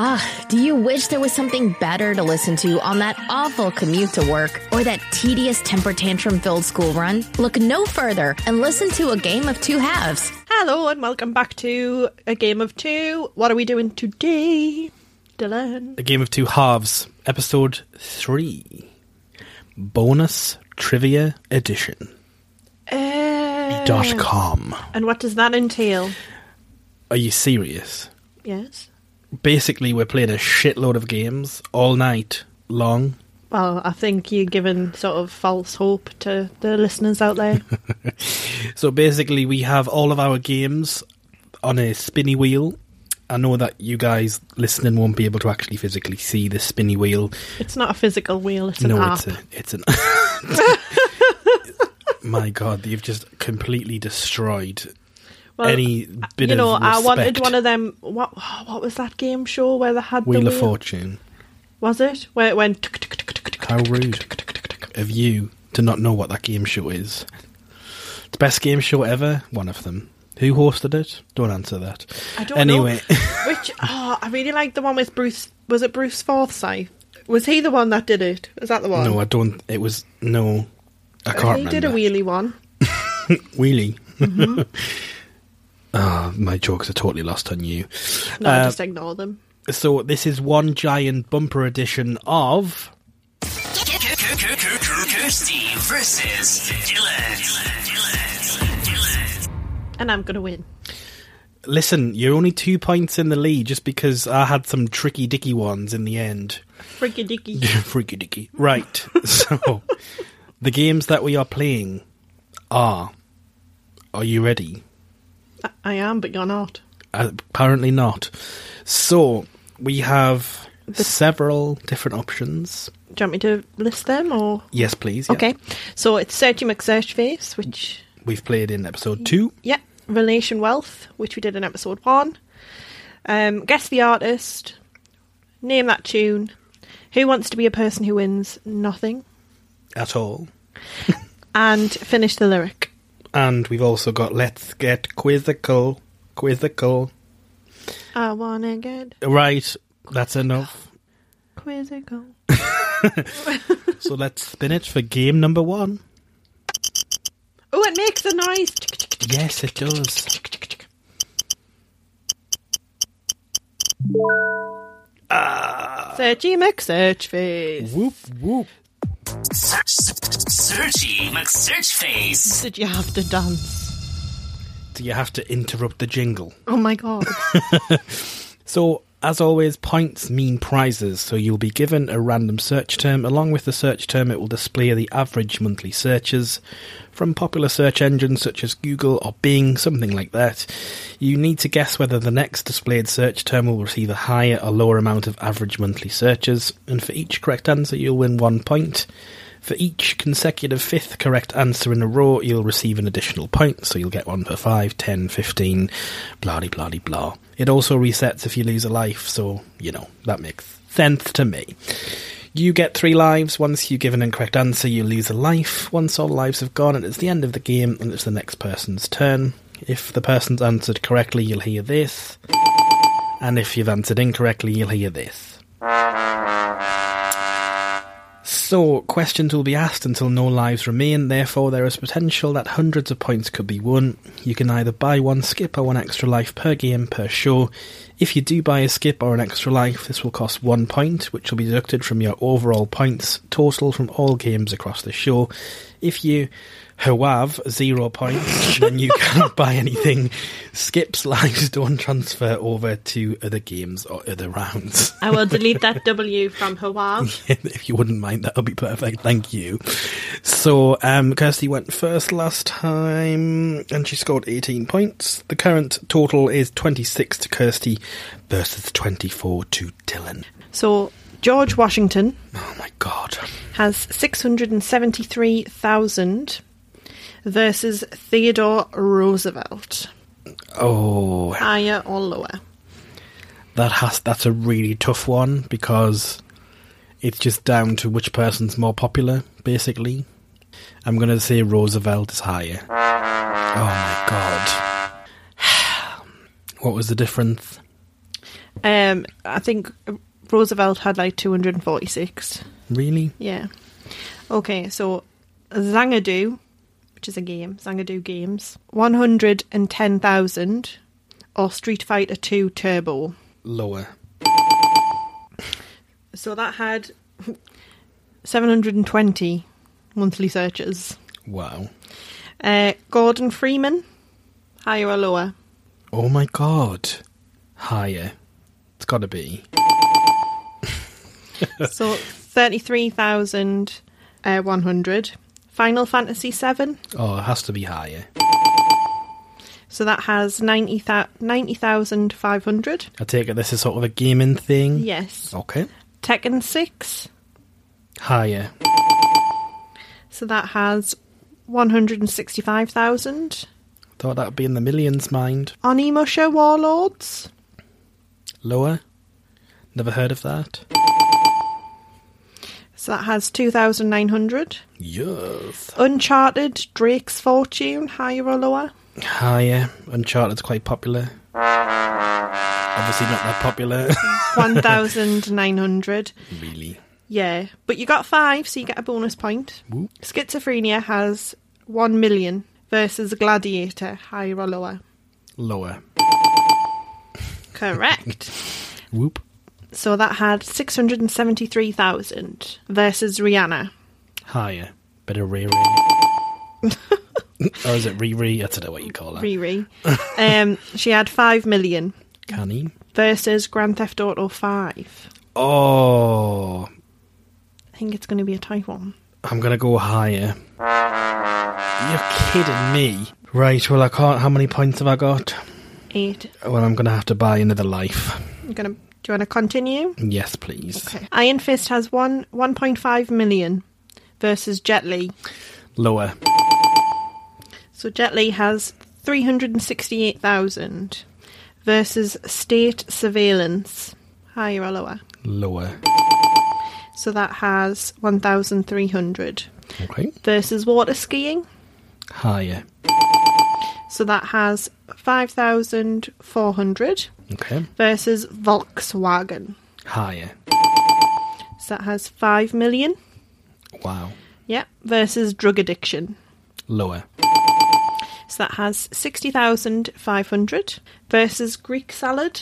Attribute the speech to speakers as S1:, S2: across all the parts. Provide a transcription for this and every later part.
S1: Ah, do you wish there was something better to listen to on that awful commute to work or that tedious temper tantrum filled school run? Look no further and listen to A Game of Two Halves.
S2: Hello and welcome back to a game of two. What are we doing today, Dylan?
S3: A Game of Two Halves, Episode 3. Bonus Trivia Edition.
S2: Uh,
S3: Dot com.
S2: and what does that entail?
S3: Are you serious?
S2: Yes.
S3: Basically, we're playing a shitload of games all night long.
S2: Well, I think you're giving sort of false hope to the listeners out there.
S3: So basically, we have all of our games on a spinny wheel. I know that you guys listening won't be able to actually physically see the spinny wheel.
S2: it's not a physical wheel; it's an
S3: no,
S2: app.
S3: it's a, it's an. My God, you've just completely destroyed
S2: well, uh,
S3: any bit
S2: you know,
S3: of
S2: I wanted
S3: respect.
S2: one of them. What what was that game show where they had
S3: Wheel
S2: the
S3: of Fortune.
S2: Was it where it went?
S3: How rude of you to not know what that game show is. The best game show ever, one of them. Who hosted it? Don't answer that.
S2: I don't
S3: anyway,
S2: know. Which oh, I really liked the one with Bruce. Was it Bruce Forsyth? Was he the one that did it? Was that the one?
S3: no, I don't. It was no. I can't
S2: he
S3: remember.
S2: did a Mm-hmm. wheelie one.
S3: wheelie. Ah, my jokes are totally lost on you.
S2: No,
S3: Uh,
S2: just ignore them.
S3: So this is one giant bumper edition of
S4: Kirsty versus Dylan.
S2: And I'm gonna win.
S3: Listen, you're only two points in the lead just because I had some tricky dicky ones in the end.
S2: Freaky dicky.
S3: Freaky dicky. Right. so the games that we are playing are Are you ready?
S2: I- I am, but you're not.
S3: Apparently not. So we have several different options.
S2: Do you want me to list them or?
S3: Yes, please. yeah.
S2: Okay. So it's Searchy McSearch Face, which
S3: We've played in episode two.
S2: yeah, Relation Wealth, which we did in episode one. Um, guess the artist. Name that tune. Who wants to be a person who wins nothing?
S3: At all.
S2: And finish the lyric.
S3: And we've also got Let's Get Quizzical. Quizzical.
S2: I wanna get
S3: Right. That's enough.
S2: quizzical.
S3: So let's spin it for game number one.
S2: Oh, it makes a noise.
S3: Yes, it does.
S2: Searchy McSearch Face.
S3: Whoop whoop.
S4: Searchy McSearch Face.
S2: Did you have to dance?
S3: Do you have to interrupt the jingle?
S2: Oh my god.
S3: So, as always, points mean prizes, so you'll be given a random search term. Along with the search term, it will display the average monthly searches from popular search engines such as Google or Bing, something like that. You need to guess whether the next displayed search term will receive a higher or lower amount of average monthly searches, and for each correct answer, you'll win one point. For each consecutive fifth correct answer in a row, you'll receive an additional point, so you'll get one for 5, 10, 15, blah de blah de blah. It also resets if you lose a life, so, you know, that makes sense to me. You get three lives. Once you give an incorrect answer, you lose a life. Once all lives have gone, and it's the end of the game, and it's the next person's turn. If the person's answered correctly, you'll hear this. And if you've answered incorrectly, you'll hear this. So, questions will be asked until no lives remain, therefore, there is potential that hundreds of points could be won. You can either buy one skip or one extra life per game per show. If you do buy a skip or an extra life, this will cost one point, which will be deducted from your overall points total from all games across the show. If you have zero points, then you cannot buy anything. Skips lives don't transfer over to other games or other rounds.
S2: I will delete that W from Hawav.
S3: if you wouldn't mind, that would be perfect. Thank you. So, um, Kirsty went first last time, and she scored 18 points. The current total is 26 to Kirsty versus 24 to Dylan.
S2: So, George Washington
S3: Oh my god.
S2: has 673,000 versus Theodore Roosevelt.
S3: Oh,
S2: Higher or lower?
S3: that has that's a really tough one because it's just down to which person's more popular, basically. I'm gonna say Roosevelt is higher. Oh my god. What was the difference?
S2: Um, I think Roosevelt had like 246.
S3: Really?
S2: Yeah. Okay, so Xanadu, which is a game, Xanadu Games, 110,000, or Street Fighter 2 Turbo.
S3: Lower.
S2: So that had 720 monthly searches.
S3: Wow.
S2: Uh, Gordon Freeman, higher or lower?
S3: Oh my god. Higher. It's gotta be.
S2: so 33,100. Final Fantasy VII,
S3: Oh, it has to be higher.
S2: so that has 90,500.
S3: I take it this is sort of a gaming thing?
S2: yes.
S3: Okay.
S2: Tekken 6,
S3: Higher.
S2: so that has 165,000.
S3: Thought that'd be in the millions mind.
S2: Onimusha Warlords,
S3: Lower? Never heard of that?
S2: so that has 2,900.
S3: Yes.
S2: Uncharted Drake's Fortune, higher or lower?
S3: Higher. Uncharted's quite popular. Obviously not that popular.
S2: 1,900.
S3: really?
S2: Yeah, but you got five, so you get a bonus point.
S3: Woo.
S2: Schizophrenia has one million versus Gladiator, higher or lower?
S3: Lower.
S2: Correct.
S3: Whoop.
S2: so that had 673,000 versus Rihanna.
S3: Higher. Bit of re or is it re-re? I don't know what you call that.
S2: Riri. um, she had five million
S3: Canine.
S2: versus Grand Theft Auto 5.
S3: Oh,
S2: I think it's going to be a tight one.
S3: I'm gonna go higher. You're kidding me. Right, well I can't how many points have I got?
S2: Eight.
S3: Well I'm gonna have to buy another life.
S2: I'm gonna, do you want to continue?
S3: Yes, please.
S2: Okay. Iron Fist has one 1.5 million versus Jet Li.
S3: Lower.
S2: So Jet Li has 368,000 versus state surveillance, higher or lower.
S3: Lower.
S2: So that has 1,300
S3: Okay.
S2: versus water skiing.
S3: Higher.
S2: So that has 5,400
S3: Okay.
S2: versus Volkswagen.
S3: Higher.
S2: So that has 5 million.
S3: Wow.
S2: Yep. Versus drug addiction.
S3: Lower.
S2: So that has 60,500 versus Greek salad.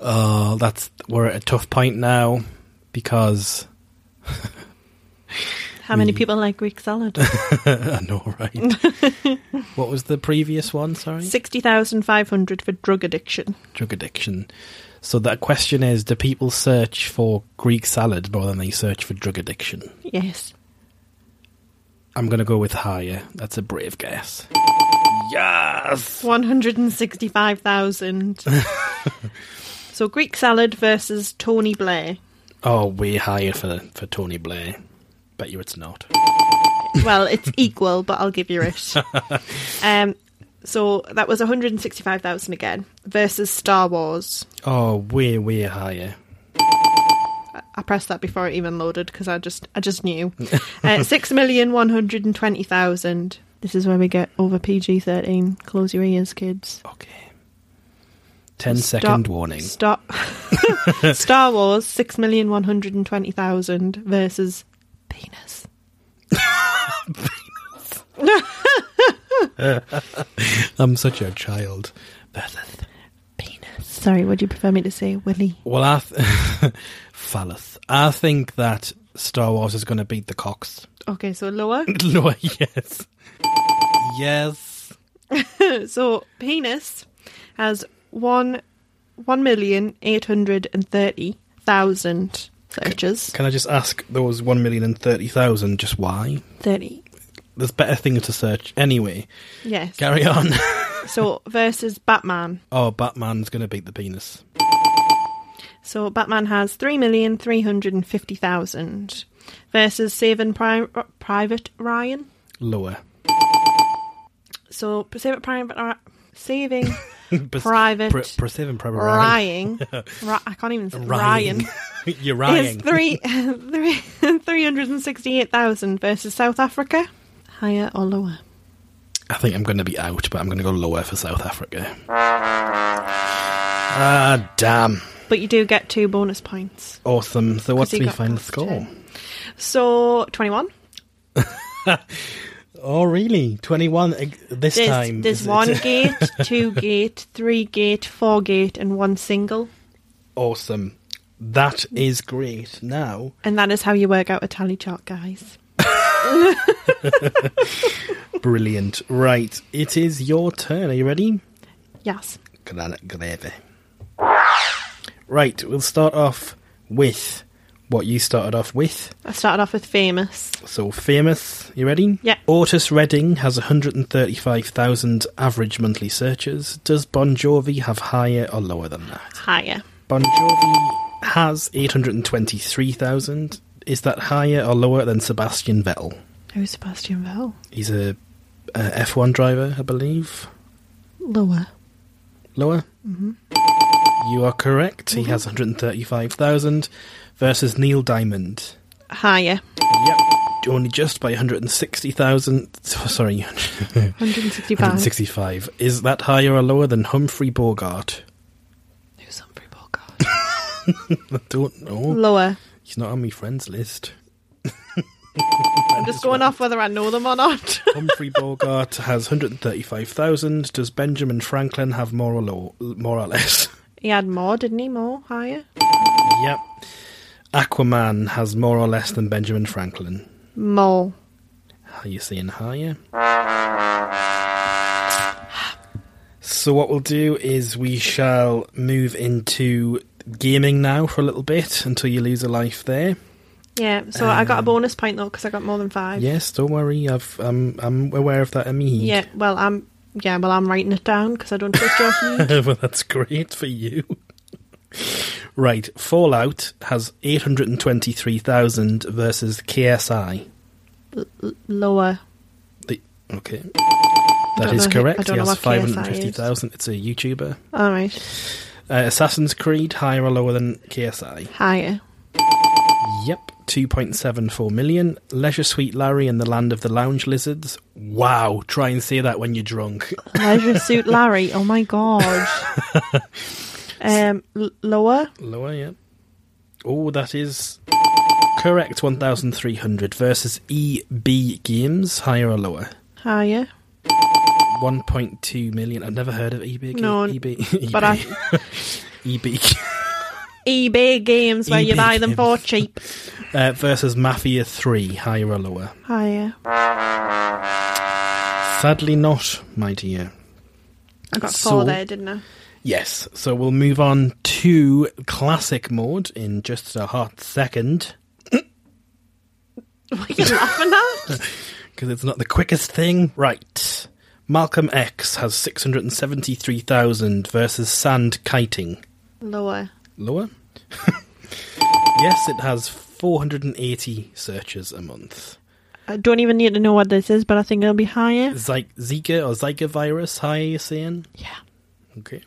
S3: Oh, that's we're at a tough point now because
S2: How many people like Greek salad?
S3: I know, right? what was the previous one? Sorry.
S2: 60,500 for drug addiction.
S3: drug addiction. So that question is: Do people search for Greek salad more than they search for drug addiction?
S2: Yes.
S3: I'm going to go with higher. That's a brave guess. Yes.
S2: 165,000. so Greek salad versus Tony Blair.
S3: Oh, way higher for for Tony Blair. Bet you it's not.
S2: Well, it's equal, but I'll give you it. Um, so that was 165,000 again versus Star Wars.
S3: Oh, way way higher.
S2: I pressed that before it even loaded because I just I just knew. Uh, Six million one hundred and twenty thousand. This is where we get over PG thirteen. Close your ears, kids.
S3: Okay. Ten
S2: Star-
S3: second warning.
S2: Star Star Wars six million one hundred and twenty thousand versus penis.
S3: I'm such a child. Versus.
S2: Penis. Sorry, would you prefer me to say Willy?
S3: Well, I th- phallus. I think that Star Wars is going to beat the cocks.
S2: Okay, so lower.
S3: No, yes. Yes.
S2: so penis has one one million eight hundred and thirty thousand searches.
S3: Can I just ask those 1,030,000 just why?
S2: Thirty.
S3: There's better things to search anyway.
S2: Yes.
S3: Carry on.
S2: So versus Batman.
S3: oh, Batman's going to beat the penis.
S2: So Batman has three million three hundred and fifty thousand versus Saving Pri- Private Ryan.
S3: Lower.
S2: So Saving Private Ri- Saving
S3: Pres-
S2: Private
S3: Pre- pre- saving private Ryan.
S2: Ryan. Ri- I can't even say Ryan.
S3: Ryan. You're
S2: Is
S3: Ryan.
S2: three three three hundred and sixty eight thousand versus South Africa. Higher or lower?
S3: I think I'm going to be out, but I'm going to go lower for South Africa. Ah, damn.
S2: But you do get two bonus points.
S3: Awesome. So what's
S2: he
S3: the
S2: got
S3: final
S2: past
S3: score?
S2: ten. So 21.
S3: Oh, really? 21 ag- this
S2: There's,
S3: time.
S2: there's
S3: is it?
S2: one gate, two gate, three gate, four gate, and one single.
S3: Awesome. That is great. Now,
S2: And that is how you work out a tally chart, guys.
S3: brilliant. Right, it is your turn. Are you ready?
S2: Yes.
S3: Gran- Gravy. Right, we'll start off with what you started off with.
S2: I started off with famous.
S3: So, famous. You ready?
S2: Yeah.
S3: Otis Redding has 135,000 average monthly searches. Does Bon Jovi have higher or lower than that?
S2: Higher.
S3: Bon Jovi has 823,000. Is that higher or lower than Sebastian Vettel?
S2: Who's Sebastian Vettel?
S3: He's a, a F1 driver, I believe.
S2: Lower.
S3: Lower? Mm-hmm. You are correct. He has 135,000 versus Neil Diamond.
S2: Higher.
S3: Yep. Only just by 160,000. so- Sorry,
S2: 165.
S3: 165. Is that higher or lower than Humphrey Bogart?
S2: Who's Humphrey Bogart?
S3: I don't know.
S2: Lower.
S3: He's not on my friends list.
S2: I'm just going off whether I know them or not.
S3: Humphrey Bogart has 135,000. Does Benjamin Franklin have more or, low, more or less?
S2: he had more, didn't he? More? Higher?
S3: Yep. Aquaman has more or less than Benjamin Franklin.
S2: More.
S3: Are you seeing higher? So what we'll do is we shall move into gaming now for a little bit until you lose a life there.
S2: Yeah, so I got a bonus point though because I got more than five.
S3: Yes, don't worry. I've um, I'm aware of that. I mean,
S2: Yeah, well, I'm yeah, well, I'm writing it down because I don't trust your feed.
S3: well, that's great for you. right, Fallout has 823,000 versus KSI.
S2: Lower.
S3: The, okay.
S2: don't
S3: That is
S2: know who- I
S3: correct.
S2: don't
S3: He
S2: know
S3: has
S2: what KSI is.
S3: 550,000. It's a YouTuber.
S2: All right,
S3: Uh, Assassin's Creed, higher or lower than KSI?
S2: higher.
S3: Yep. 2.74 million. Leisure Suite Larry and the Land of the Lounge Lizards. Wow. Try and say that when you're drunk.
S2: Leisure suit Larry. Oh my god. um, l- lower.
S3: Lower, yeah. Oh, that is correct. 1,300 versus EB Games. Higher or lower?
S2: Higher.
S3: 1.2 million. I've never heard of E EB Games.
S2: No,
S3: EB,
S2: But I,
S3: EB
S2: eBay games where you
S3: eBay
S2: buy them
S3: games.
S2: for cheap.
S3: uh, versus Mafia 3. Higher or lower?
S2: Higher.
S3: Sadly not, my dear.
S2: I got
S3: So-
S2: four there, didn't I?
S3: Yes, so we'll move on to classic mode in just a hot second
S2: What are you laughing at?
S3: because it's not the quickest thing. Right. Malcolm X has 673,000 versus sand kiting.
S2: Lower.
S3: Lower? yes, it has 480 searches a month.
S2: I don't even need to know what this is, but I think it'll be higher.
S3: Zy- Zika or Zika virus, hi, you saying?
S2: Yeah.
S3: Okay.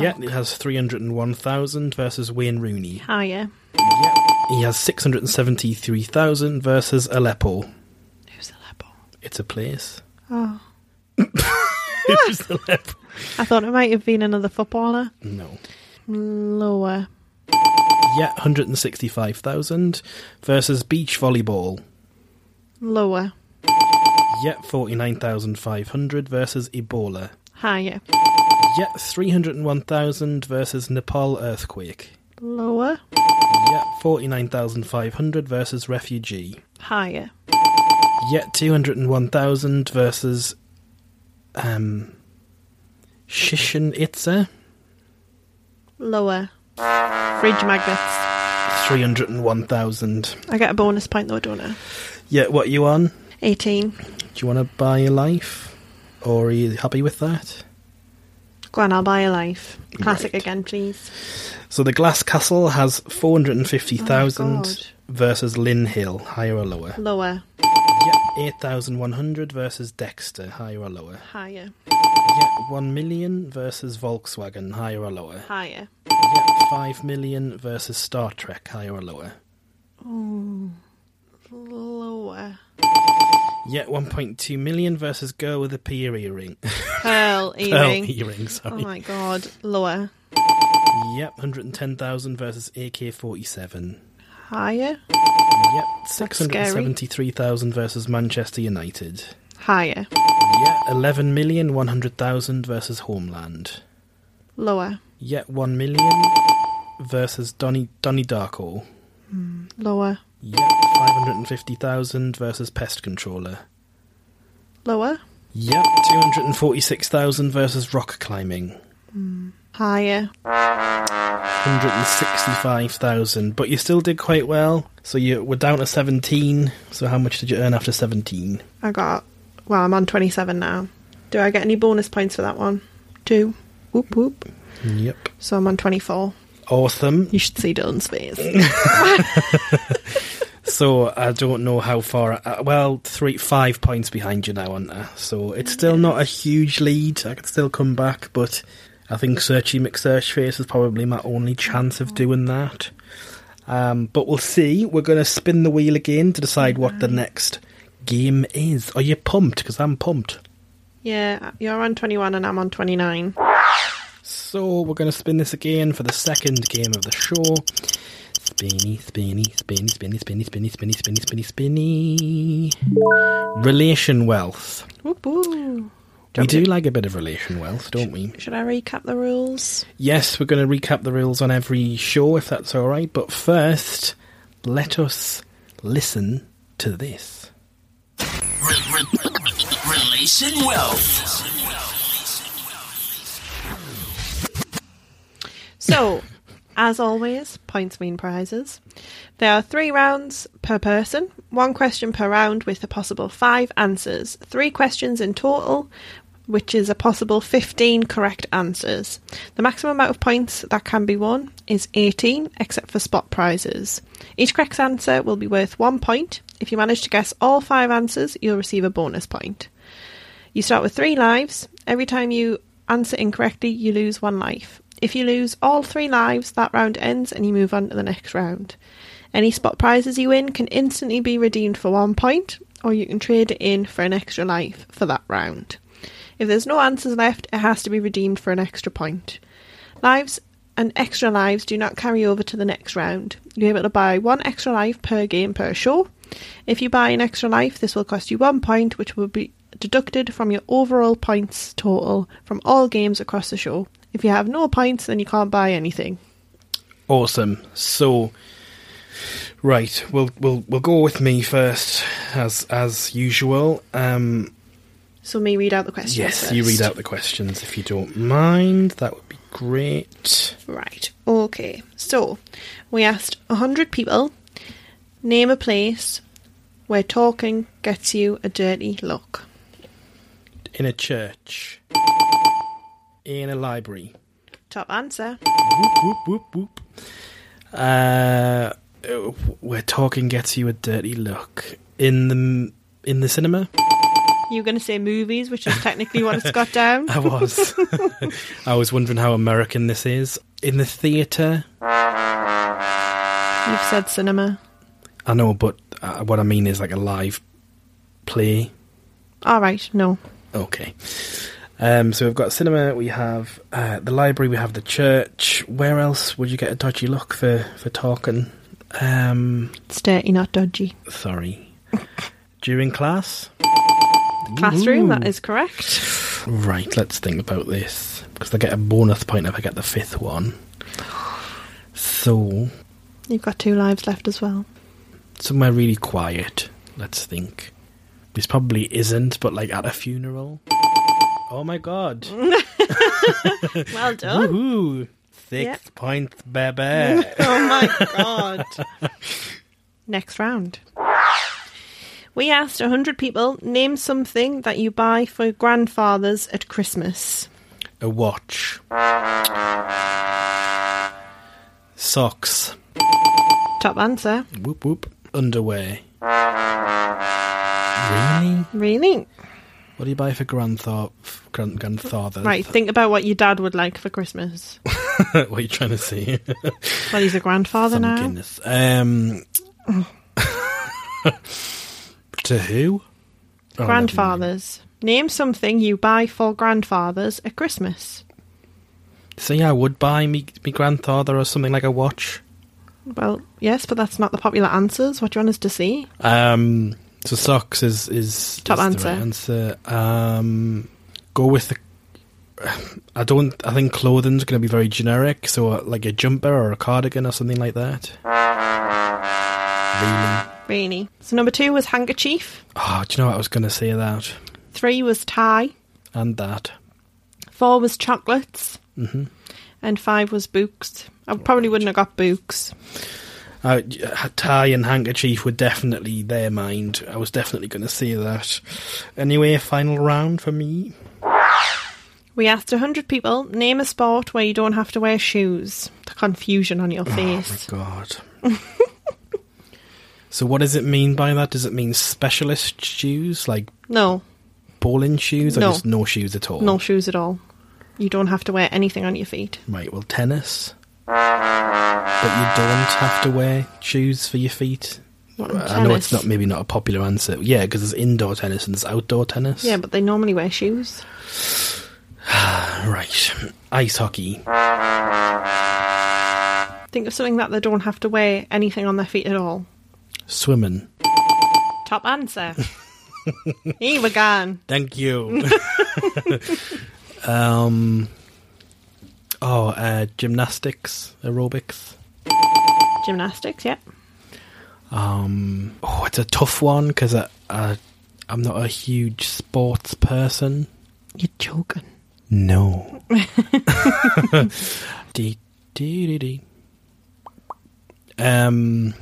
S3: Yeah, it has 301,000 versus Wayne Rooney.
S2: Higher.
S3: He has 673,000 versus Aleppo.
S2: Who's the level?
S3: It's a place.
S2: Oh.
S3: Who's the leper?
S2: I thought it might have been another footballer.
S3: No.
S2: Lower.
S3: Yeah, 165,000 versus beach volleyball.
S2: Lower.
S3: Yeah, 49,500 versus Ebola.
S2: Higher.
S3: Yeah, 301,000 versus Nepal earthquake.
S2: Lower.
S3: Yeah, 49,500 versus refugee.
S2: Higher.
S3: Yeah, 201,000 versus um Shishin Itza.
S2: Lower. Fridge magnets.
S3: 301,000.
S2: I get a bonus point though, don't I?
S3: Yeah, what you on?
S2: 18.
S3: Do you want to buy a life? Or are you happy with that?
S2: Go on, I'll buy a life. Classic
S3: Right.
S2: again, please.
S3: So the Glass Castle has 450,000
S2: God.
S3: versus Lynn Hill, higher or lower?
S2: Lower.
S3: Yep. 8,100 versus Dexter, higher or lower?
S2: Higher.
S3: Yep. 1 million versus Volkswagen, higher or lower?
S2: Higher.
S3: Yep. 5 million versus Star Trek, higher or lower?
S2: Lower.
S3: Yep. 1.2 million versus Girl with a Pierre Ring.
S2: Pearl
S3: Pearl
S2: earring.
S3: earring,
S2: Oh
S3: sorry.
S2: my god. Lower.
S3: Yep, 110,000 versus AK 47.
S2: Higher.
S3: Yep,
S2: That's scary.
S3: 673,000 versus Manchester United.
S2: Higher.
S3: Yeah, 11,100,000 versus Homeland.
S2: Lower.
S3: Yeah, 1 million versus Donny, Donny Darko.
S2: Lower.
S3: Yeah, 550,000 versus Pest Controller.
S2: Lower.
S3: Yep, 246,000 versus rock climbing.
S2: Higher.
S3: 165,000, but you still did quite well. So you were down to 17. So how much did you earn after 17?
S2: I got. Well, I'm on 27 now. Do I get any bonus points for that one? Two. Whoop whoop.
S3: Yep.
S2: So I'm on 24.
S3: Awesome.
S2: You should see Dylan's face.
S3: So I don't know how far. Uh, well, three, five points behind you now, aren't I? So it's still not a huge lead. I could still come back, but I think Searchy McSearchface is probably my only chance of doing that. Um, but we'll see. We're going to spin the wheel again to decide what the next game is. Are you pumped? Because I'm pumped.
S2: yeah, you're on 21 and I'm on 29.
S3: So we're going to spin this again for the second game of the show. Spinny, spinny, spinny, spinny, spinny, spinny, spinny, spinny, spinny, spinny. Relation wealth.
S2: Whoop whoop.
S3: we do like a bit of relation wealth, don't we?
S2: Should I recap the rules?
S3: Yes, we're going to recap the rules on every show if that's all right. But first, let us listen to this.
S4: Re- re- relation wealth.
S2: So, as always, points mean prizes. There are three rounds per person, one question per round with a possible five answers, three questions in total, which is a possible 15 correct answers. The maximum amount of points that can be won is 18, except for spot prizes. Each correct answer will be worth one point. If you manage to guess all five answers, you'll receive a bonus point. You start with three lives. Every time you answer incorrectly, you lose one life. If you lose all three lives, that round ends and you move on to the next round. Any spot prizes you win can instantly be redeemed for one point, or you can trade it in for an extra life for that round. If there's no answers left, it has to be redeemed for an extra point. Lives and extra lives do not carry over to the next round. You're able to buy one extra life per game per show. If you buy an extra life, this will cost you one point, which will be deducted from your overall points total from all games across the show. If you have no points, then you can't buy anything.
S3: Awesome. So, right, we'll we'll we'll go with me first, as as usual. Um,
S2: So, me read out the questions.
S3: Yes,
S2: first.
S3: you read out the questions if you don't mind. That would be great.
S2: Right. Okay. So, we asked 100 people name a place where talking gets you a dirty look.
S3: In a church. In a library.
S2: Top answer.
S3: Whoop, whoop, whoop, whoop. Uh, uh, where talking gets you a dirty look. In the m- in the cinema,
S2: You're going to say movies, which is technically what it's got down.
S3: I was. I was wondering how American this is. In the theatre,
S2: You've said cinema.
S3: I know, but uh, what I mean is like a live play.
S2: All right. No.
S3: Okay. Um, so we've got cinema, we have uh, the library, we have the church. Where else would you get a dodgy look for, for talking? Um,
S2: It's dirty, not dodgy.
S3: sorry. During class?
S2: Classroom, that is correct.
S3: Right, let's think about this. Because I get a bonus point if I get the fifth one. So,
S2: You've got two lives left as well.
S3: somewhere really quiet, let's think. This probably isn't, but like at a funeral? Oh my god.
S2: Well done.
S3: Woohoo! Six
S2: Yeah.
S3: points, baby.
S2: oh my god. Next round. We asked 100 people name something that you buy for grandfathers at Christmas.
S3: A watch. Socks.
S2: Top answer.
S3: Whoop whoop. Underwear. Really?
S2: Really?
S3: What do you buy for grandfather? Grand, grandfather?
S2: Right, think about what your dad would like for Christmas.
S3: what are you trying to say?
S2: Well, he's a grandfather
S3: Some
S2: now.
S3: Guinness. Um. to who? Oh, never mind.
S2: Grandfathers. Name something you buy for grandfathers at Christmas.
S3: See, I would buy me, me grandfather or something like a watch.
S2: Well, yes, but that's not the popular answers. What do you want us to see?
S3: Um, so socks is is
S2: Top
S3: is
S2: answer.
S3: the right answer. Um, go with the. I don't. I think clothing's going to be very generic. So uh, like a jumper or a cardigan or something like that. Really?
S2: Really. So number two was handkerchief.
S3: Oh, do you know what I was going to say that
S2: Three was tie.
S3: and that.
S2: Four was chocolates. Mm-hmm. And five was books. I probably wouldn't have got books.
S3: Uh, tie and handkerchief were definitely their mind. I was definitely going to say that. Anyway, final round for me.
S2: We asked 100 people, name a sport where you don't have to wear shoes. The confusion on your face.
S3: God. so, what does it mean by that? Does it mean specialist shoes, like
S2: no,
S3: bowling shoes, or
S2: No.
S3: just no shoes at all?
S2: no shoes at all. You don't have to wear anything on your feet.
S3: Right, well, tennis. But you don't have to wear shoes for your feet.
S2: What,
S3: I know it's
S2: tennis?
S3: not maybe not a popular answer. Yeah, because there's indoor tennis and there's outdoor tennis.
S2: Yeah, but they normally wear shoes.
S3: Right. Ice hockey.
S2: Think of something that they don't have to wear anything on their feet at all.
S3: Swimming.
S2: Top answer. Here we go.
S3: Thank you. um, oh, uh, gymnastics, aerobics.
S2: Gymnastics, yep.
S3: Um, oh, it's a tough one because I, I, I'm not a huge sports person.
S2: You're joking.
S3: No. Dee, dee, dee, dee. Um,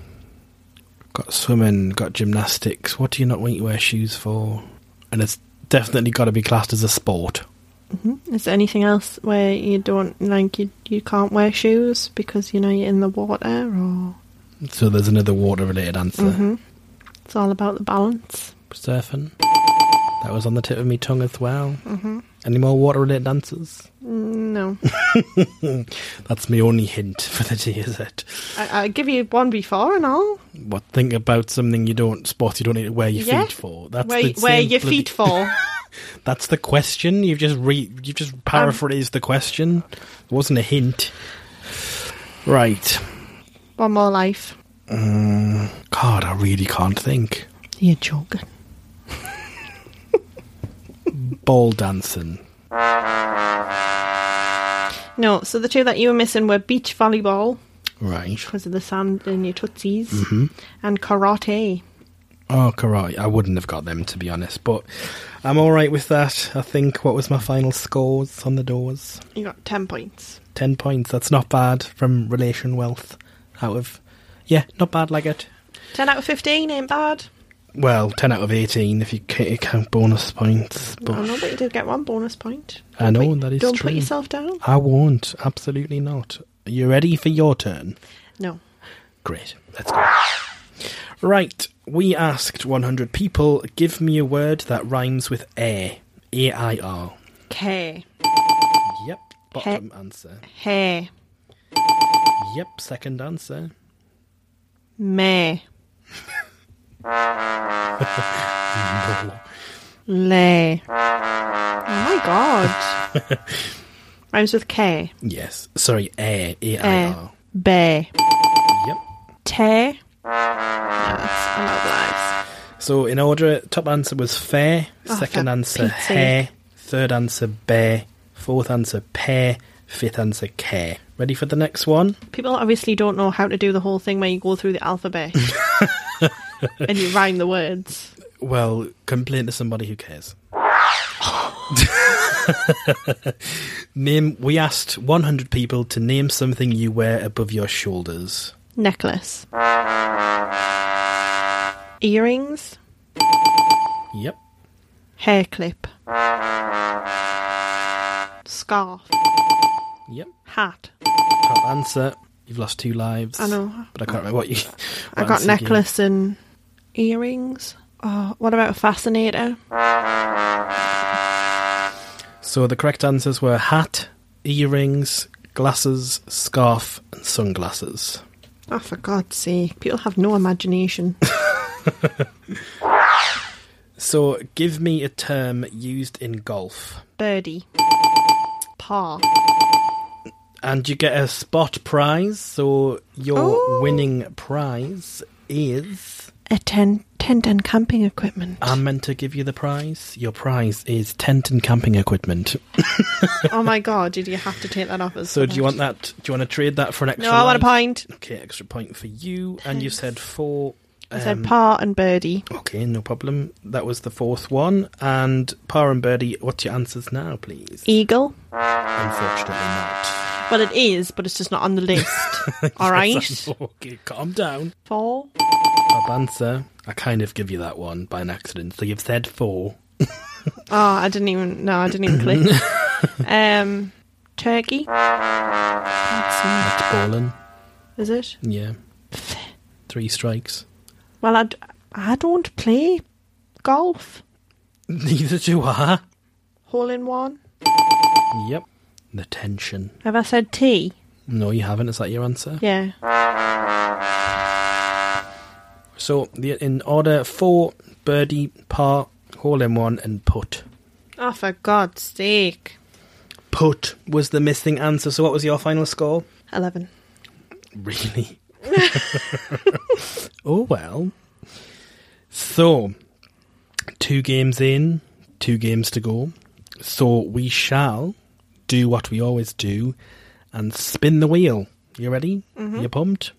S3: got swimming, got gymnastics. What do you not want to wear shoes for? And it's definitely got to be classed as a sport.
S2: Is there anything else where you don't like you you can't wear shoes because you know you're in the water or
S3: So there's another water-related answer.
S2: Mm-hmm. it's all about the balance?
S3: surfing. That was on the tip of my tongue as well.
S2: Mm-hmm.
S3: Any more water related answers?
S2: No.
S3: That's my only hint for the day, is it?
S2: I, I give you one before and all.
S3: What think about something you don't sport you don't need to wear your
S2: Yeah.
S3: feet for? That's
S2: where
S3: the
S2: where
S3: same
S2: your
S3: bloody-
S2: feet fall.
S3: That's the question. You've just re you've just paraphrased the question. It wasn't a hint. Right.
S2: one more life.
S3: Mm, God, I really can't think.
S2: You're joking.
S3: Ball dancing.
S2: No, so the two that you were missing were beach volleyball
S3: Right.
S2: because of the sand in your tootsies
S3: Mm-hmm.
S2: and karate.
S3: Oh, karate. I wouldn't have got them, to be honest, but I'm alright with that. I think what was my final scores on the doors?
S2: You got 10 points.
S3: 10 points. That's not bad from relation wealth out of. Yeah, not bad like it.
S2: 10 out of 15 ain't bad.
S3: Well, 10 out of 18 if you ca- count bonus points, but
S2: I know, but you did get one bonus point.
S3: I know,
S2: Wait,
S3: Oh, that is
S2: Don't
S3: true.
S2: put yourself down.
S3: I won't. Absolutely not. Are you ready for your turn?
S2: No.
S3: Great. Let's go. Right. We asked 100 people give me a word that rhymes with air. A I R.
S2: K.
S3: Yep. Bottom answer.
S2: Hey.
S3: Yep, second answer.
S2: Me. Lay. Oh my god. Rhymes with K.
S3: Yes. Sorry, air. A I
S2: Eh.
S3: R.
S2: Bay.
S3: Yep.
S2: Te. That's about lives.
S3: So in order, top answer was fair,
S2: Oh,
S3: second
S2: for
S3: answer
S2: Pete's sake.
S3: hair, third answer bear, fourth answer pear, fifth answer care. Ready for the next one?
S2: People obviously don't know how to do the whole thing where you go through the alphabet and you rhyme the words.
S3: Well, complain to somebody who cares. name. We asked 100 people to name something you wear above your shoulders.
S2: Necklace. Earrings.
S3: Yep.
S2: Hair clip. Scarf.
S3: Yep.
S2: Hat.
S3: Top answer. You've lost two lives.
S2: I know.
S3: But I can't remember what you.
S2: I
S3: what
S2: got
S3: answer you gave.
S2: necklace and earrings. Oh, what about a fascinator?
S3: So the correct answers were hat, earrings, glasses, scarf, and sunglasses.
S2: Oh, for God's sake. People have no imagination.
S3: So give me a term used in golf.
S2: Birdie. Par.
S3: And you get a spot prize. So your
S2: Ooh.
S3: winning prize is.
S2: A ten, tent and camping equipment.
S3: I'm meant to give you the prize. Your prize is tent and camping equipment.
S2: oh my god, did you have to take that off as
S3: So do you want that? Do you want to trade that for an extra?
S2: No, I want a
S3: life?
S2: pint.
S3: Okay, extra point for you. And you said four.
S2: I said
S3: um,
S2: par and birdie.
S3: Okay, no problem. That was the fourth one. And Par and Birdie, what's your answers now, please?
S2: Eagle.
S3: Unfortunately not.
S2: Well, it is, but it's just not on the list. All right.
S3: okay, calm down.
S2: Four.
S3: Top answer. I kind of give you that one by an accident. So you've said four.
S2: Oh, I didn't even. No, I didn't even click. um, turkey.
S3: That's ballin'.
S2: Is it?
S3: Yeah. Three strikes.
S2: Well, I, d- I don't play golf.
S3: Neither do I.
S2: Hole in one.
S3: Yep. The tension.
S2: Have I said tea?
S3: No, you haven't. Is that your answer?
S2: Yeah.
S3: So the, in order four, birdie, par, hole in one, and putt.
S2: Oh, for God's sake.
S3: Putt was the missing answer. So what was your final score?
S2: Eleven.
S3: Really? oh well. So, two games in, two games to go. So we shall do what we always do and spin the wheel. You ready? You pumped?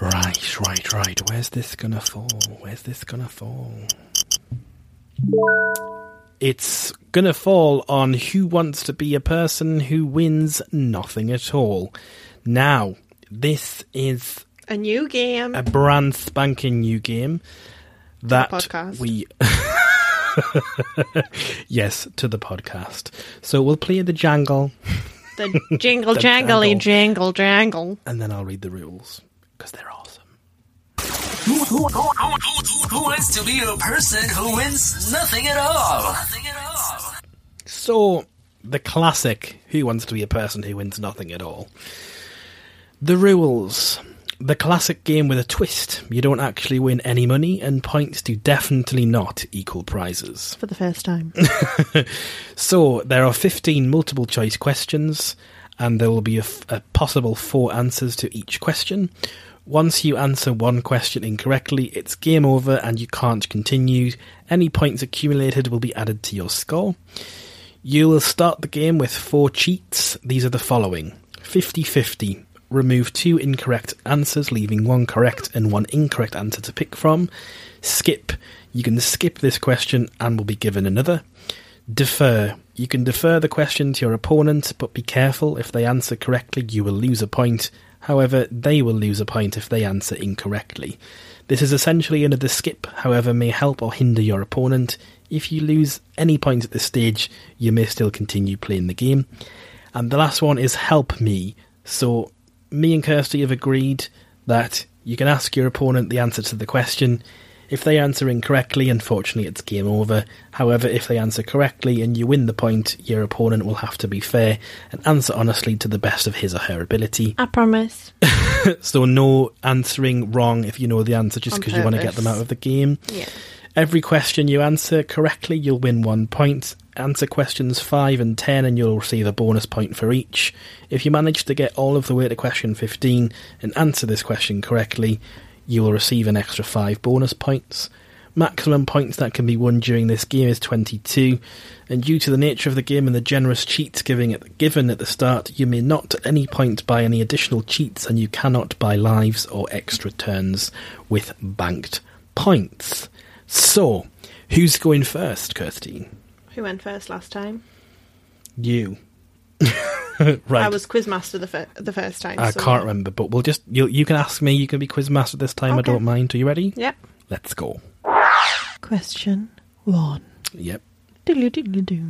S3: Right, right, right. Where's this gonna fall? Where's this gonna fall? It's gonna fall on who wants to be a person who wins nothing at all. Now, this is
S2: A new game.
S3: a brand spanking new game that
S2: podcast.
S3: we yes to the podcast. So we'll play the jangle
S2: the jingle,
S3: The
S2: jangly, jangle, jangle.
S3: and then I'll read the rules because they're awesome.
S4: Who, who, who, who, who, who wants to be a person who wins nothing at all? Nothing at all.
S3: So, the classic who wants to be a person who wins nothing at all? The rules. The classic game with a twist. You don't actually win any money, and points do definitely not equal prizes.
S2: For the first time.
S3: So, there are 15 multiple choice questions, and there will be a, f- a possible four answers to each question. Once you answer one question incorrectly, it's game over and you can't continue. Any points accumulated will be added to your score. You will start the game with four cheats. These are the following 50 50. Remove two incorrect answers, leaving one correct and one incorrect answer to pick from. Skip. You can skip this question and will be given another. Defer. You can defer the question to your opponent, but be careful. If they answer correctly, you will lose a point. However, they will lose a point if they answer incorrectly. This is essentially another skip, however, may help or hinder your opponent. If you lose any points at this stage, you may still continue playing the game. And the last one is help me. So, me and Kirsty have agreed that you can ask your opponent the answer to the question. If they answer incorrectly, unfortunately, it's game over. However, if they answer correctly and you win the point, your opponent will have to be fair and answer honestly to the best of his or her ability.
S2: I promise.
S3: So, no answering wrong if you know the answer just
S2: On
S3: because you want to get
S2: purpose.
S3: them out of the game.
S2: Yeah.
S3: Every question you answer correctly, you'll win one point. Answer questions 5 and 10, and you'll receive a bonus point for each. If you manage to get all of the way to question 15 and answer this question correctly, you will receive an extra 5 bonus points. Maximum points that can be won during this game is 22, and due to the nature of the game and the generous cheats giving at given at the start, you may not at any point buy any additional cheats, and you cannot buy lives or extra turns with banked points. So, who's going first, Kirsty?
S2: Who went first last time?
S3: You. right.
S2: I was quizmaster the, fir- the first time.
S3: I
S2: so-
S3: can't remember, but we'll just you. You can ask me. You can be quizmaster this
S2: Okay.
S3: time. I don't mind. Are you ready?
S2: Yep.
S3: Let's go.
S2: Question one.
S3: Yep.
S2: Diddly-diddly-doo.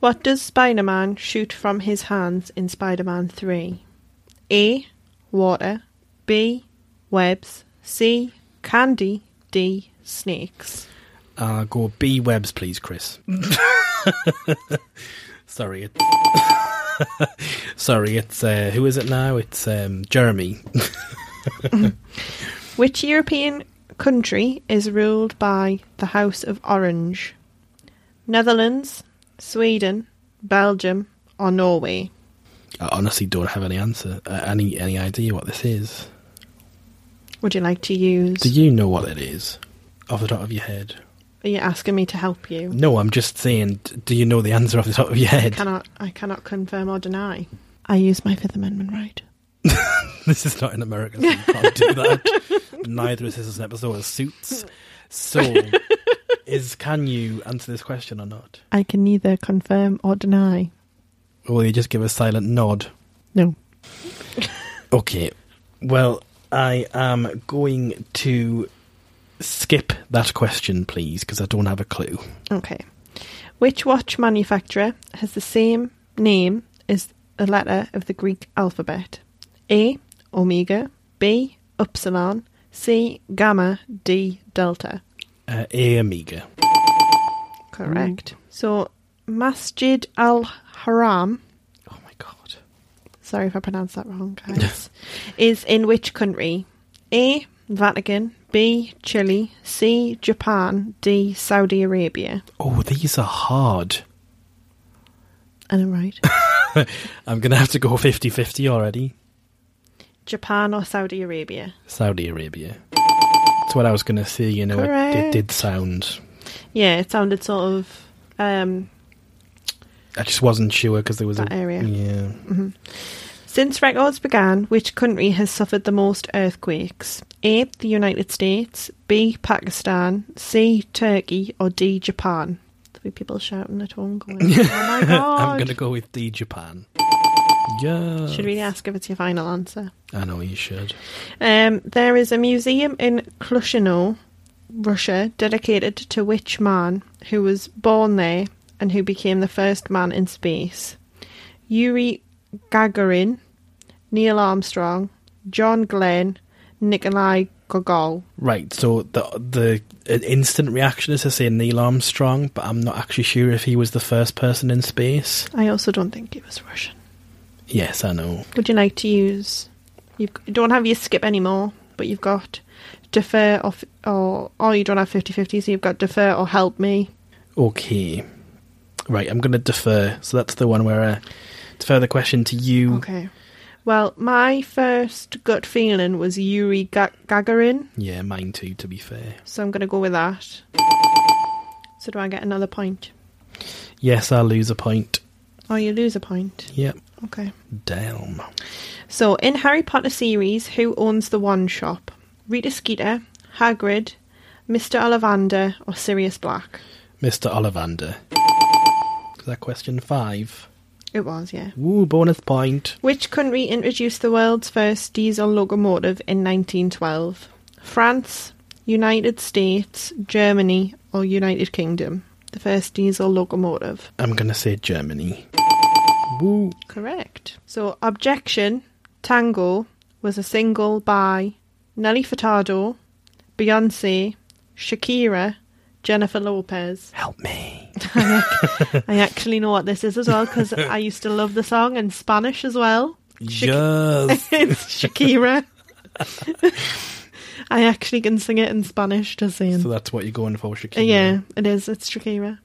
S2: What does Spider Man shoot from his hands in Spider Man 3? A. Water. B. Webs. C. Candy. D. Snakes.
S3: Uh, go B webs, please, Chris. Sorry. It's Sorry, it's uh, who is it now? It's um, Jeremy.
S2: Which European country is ruled by the House of Orange? Netherlands, Sweden, Belgium, or Norway?
S3: I honestly don't have any answer, uh, any any idea what this is.
S2: Would you like to use?
S3: Do you know what it is, off the top of your head?
S2: Are you asking me to help you?
S3: No, I'm just saying. d- Do you know the answer off the top of your head?
S2: Cannot I cannot confirm or deny. I use my Fifth Amendment right.
S3: This is not an American. So you can't do that. Neither is this an episode of Suits. So, is can you answer this question or not?
S2: I can neither confirm or deny.
S3: Or will you just give a silent nod?
S2: No.
S3: Okay. Well, I am going to skip that question, please, because I don't have a clue.
S2: Okay. Which watch manufacturer has the same name as a letter of the Greek alphabet? A. Omega. B. Upsilon. C. Gamma. D. Delta.
S3: Uh, a Amiga.
S2: Correct. So, Masjid al Haram,
S3: Oh my god.
S2: sorry if I pronounced that wrong, guys, is in which country? A. Vatican. B. Chile. C. Japan. D. Saudi Arabia.
S3: Oh, these are hard.
S2: And I'm right.
S3: I'm going to have to go 50 50 already.
S2: Japan or Saudi Arabia?
S3: Saudi Arabia. That's what I was going to say, you know, it, it
S2: Correct.
S3: did sound.
S2: Yeah, it sounded sort of. Um,
S3: I just wasn't sure because there was
S2: That
S3: a.
S2: area.
S3: Yeah.
S2: since records began, which country has suffered the most earthquakes? A. The United States. B. Pakistan. C. Turkey. Or D. Japan. Three people shouting at home going, Oh my god!
S3: I'm going to go with D Japan. Yeah.
S2: Should we ask if it's your final answer?
S3: I know you should.
S2: Um, there is a museum in Klushino, Russia, dedicated to which man who was born there and who became the first man in space? Yuri Gagarin, Neil Armstrong, John Glenn, Nikolai Gogol.
S3: Right, so the the an instant reaction is to say Neil Armstrong, but I'm not actually sure if he was the first person in space.
S2: I also don't think it was Russian.
S3: Yes, I know.
S2: Would you like to use? You don't have your skip anymore, but you've got defer or f- or oh, you don't have 50-50, so you've got defer or help me.
S3: Okay. Right, I'm going to defer. So that's the one where I defer the question to you.
S2: Okay. Well, my first gut feeling was Yuri Ga- Gagarin,
S3: Yeah, mine too, to be fair.
S2: so I'm going to go with that. So do I get another point?
S3: Yes, I lose a point.
S2: Oh, you lose a point.
S3: Yep.
S2: Okay.
S3: Damn.
S2: So in Harry Potter series, who owns the wand shop? Rita Skeeter, Hagrid, Mr. Ollivander, or Sirius Black?
S3: Mr. Ollivander. Is that question five?
S2: It was, yeah.
S3: Woo, bonus point.
S2: Which country introduced the world's first diesel locomotive in 1912? France, United States, Germany, or United Kingdom? The first diesel locomotive.
S3: I'm going to say Germany. Woo.
S2: Correct. So, Objection, Tango, was a single by Nelly Furtado, Beyonce, Shakira, Jennifer Lopez.
S3: Help me.
S2: I actually know what this is as well because I used to love the song in Spanish as well.
S3: yes.
S2: it's Shakira. I actually can sing it in Spanish to sing.
S3: so that's what you're going for, Shakira.
S2: Uh, yeah, it is. It's Shakira.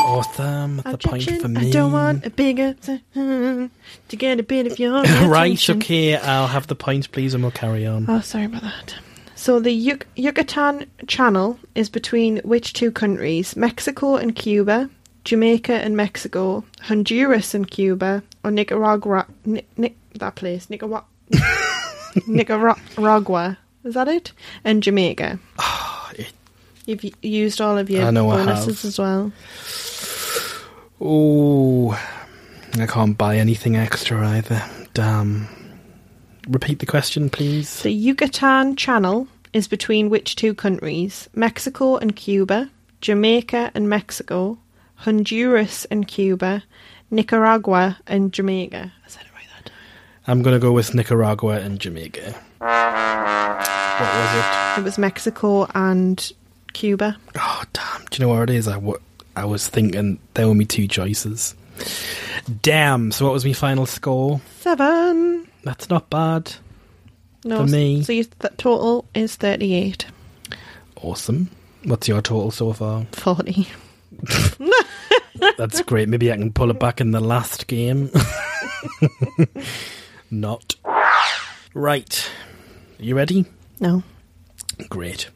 S3: Awesome. The point for
S2: Objection!
S3: me.
S2: I don't want a bigger t- to get a bit of your
S3: right,
S2: attention.
S3: okay. I'll have the point, please, and we'll carry on.
S2: Oh, sorry about that. So the Yuc- Yucatan Channel is between which two countries? Mexico and Cuba, Jamaica and Mexico, Honduras and Cuba, or Nicaragua? Ni- Ni- that place, Nicaragua. Nicaragua. Is that it? And Jamaica.
S3: Ah, it-
S2: You've u- used all of your
S3: I know I have.
S2: bonuses as well.
S3: Oh, I can't buy anything extra either. Damn. Repeat the question, please.
S2: The Yucatan Channel is between which two countries? Mexico and Cuba, Jamaica and Mexico, Honduras and Cuba, Nicaragua and Jamaica. I said it right that time.
S3: I'm going to go with Nicaragua and Jamaica. What was it?
S2: It was Mexico and Cuba.
S3: Oh damn! Do you know what it is? I wa- I was thinking there were me two choices. Damn! So what was my final score?
S2: Seven.
S3: That's not bad.
S2: No,
S3: For me.
S2: So you, the total is 38.
S3: Awesome. What's your total so far?
S2: 40.
S3: That's great. Maybe I can pull it back in the last game. Not. Right. You ready?
S2: No.
S3: Great.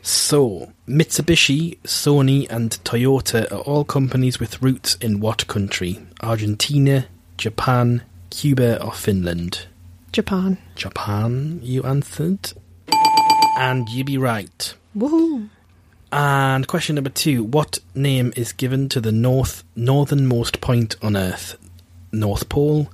S3: So, Mitsubishi, Sony, and Toyota are all companies with roots in what country? Argentina, Japan, Cuba, or Finland?
S2: Japan.
S3: Japan, you answered. And you be right.
S2: Woohoo.
S3: And question number two What name is given to the north northernmost point on Earth? North Pole,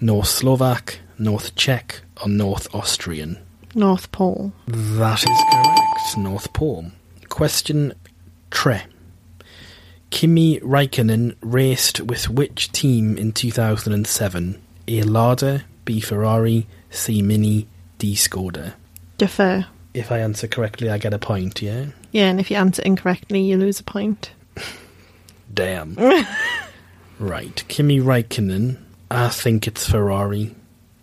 S3: North Slovak, North Czech, or North Austrian?
S2: North Pole.
S3: That is correct. North Pole. Question tre. Kimi Raikkonen raced with which team in 2007? A Lada, B Ferrari, C Mini, D Skoda.
S2: Defer.
S3: If I answer correctly, I get a point, yeah?
S2: Yeah, and if you answer incorrectly, you lose a point.
S3: Damn. right, Kimi Raikkonen. I think it's Ferrari.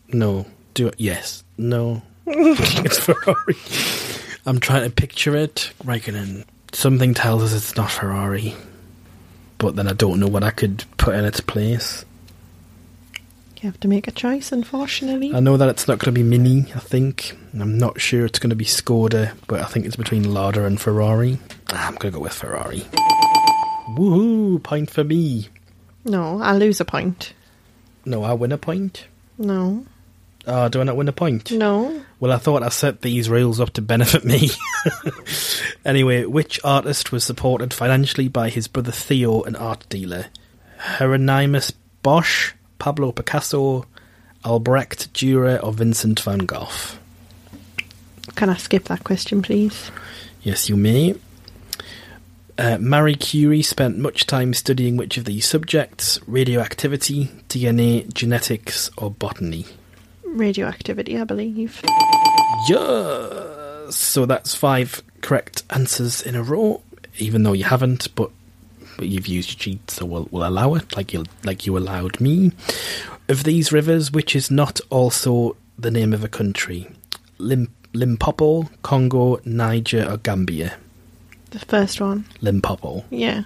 S3: No. Do it. Yes. No. it's Ferrari. I'm trying to picture it. Raikkonen. Something tells us it's not Ferrari. But then I don't know what I could put in its place.
S2: You have to make a choice, unfortunately.
S3: I know that it's not going to be Mini, I think. And I'm not sure it's going to be Skoda, but I think it's between Lada and Ferrari. Ah, I'm going to go with Ferrari. Woohoo! Point for me.
S2: no, I lose a point.
S3: No, I win a point.
S2: No.
S3: Ah, do I not win a point?
S2: No.
S3: Well, I thought I set these rules up to benefit me. anyway, which artist was supported financially by his brother Theo, an art dealer? Hieronymus Bosch, Pablo Picasso, Albrecht Dürer, or Vincent van Gogh?
S2: Can I skip that question, please?
S3: Yes, you may. Uh, Marie Curie spent much time studying which of these subjects radioactivity, DNA, genetics, or botany?
S2: Radioactivity, I believe.
S3: Yes. So that's five correct answers in a row, even though you haven't, but, but you've used your cheat, so we'll, we'll allow it, like you like you allowed me. Of these rivers, which is not also the name of a country, Lim, Limpopo, Congo, Niger, or Gambia.
S2: The first one.
S3: Limpopo.
S2: Yeah.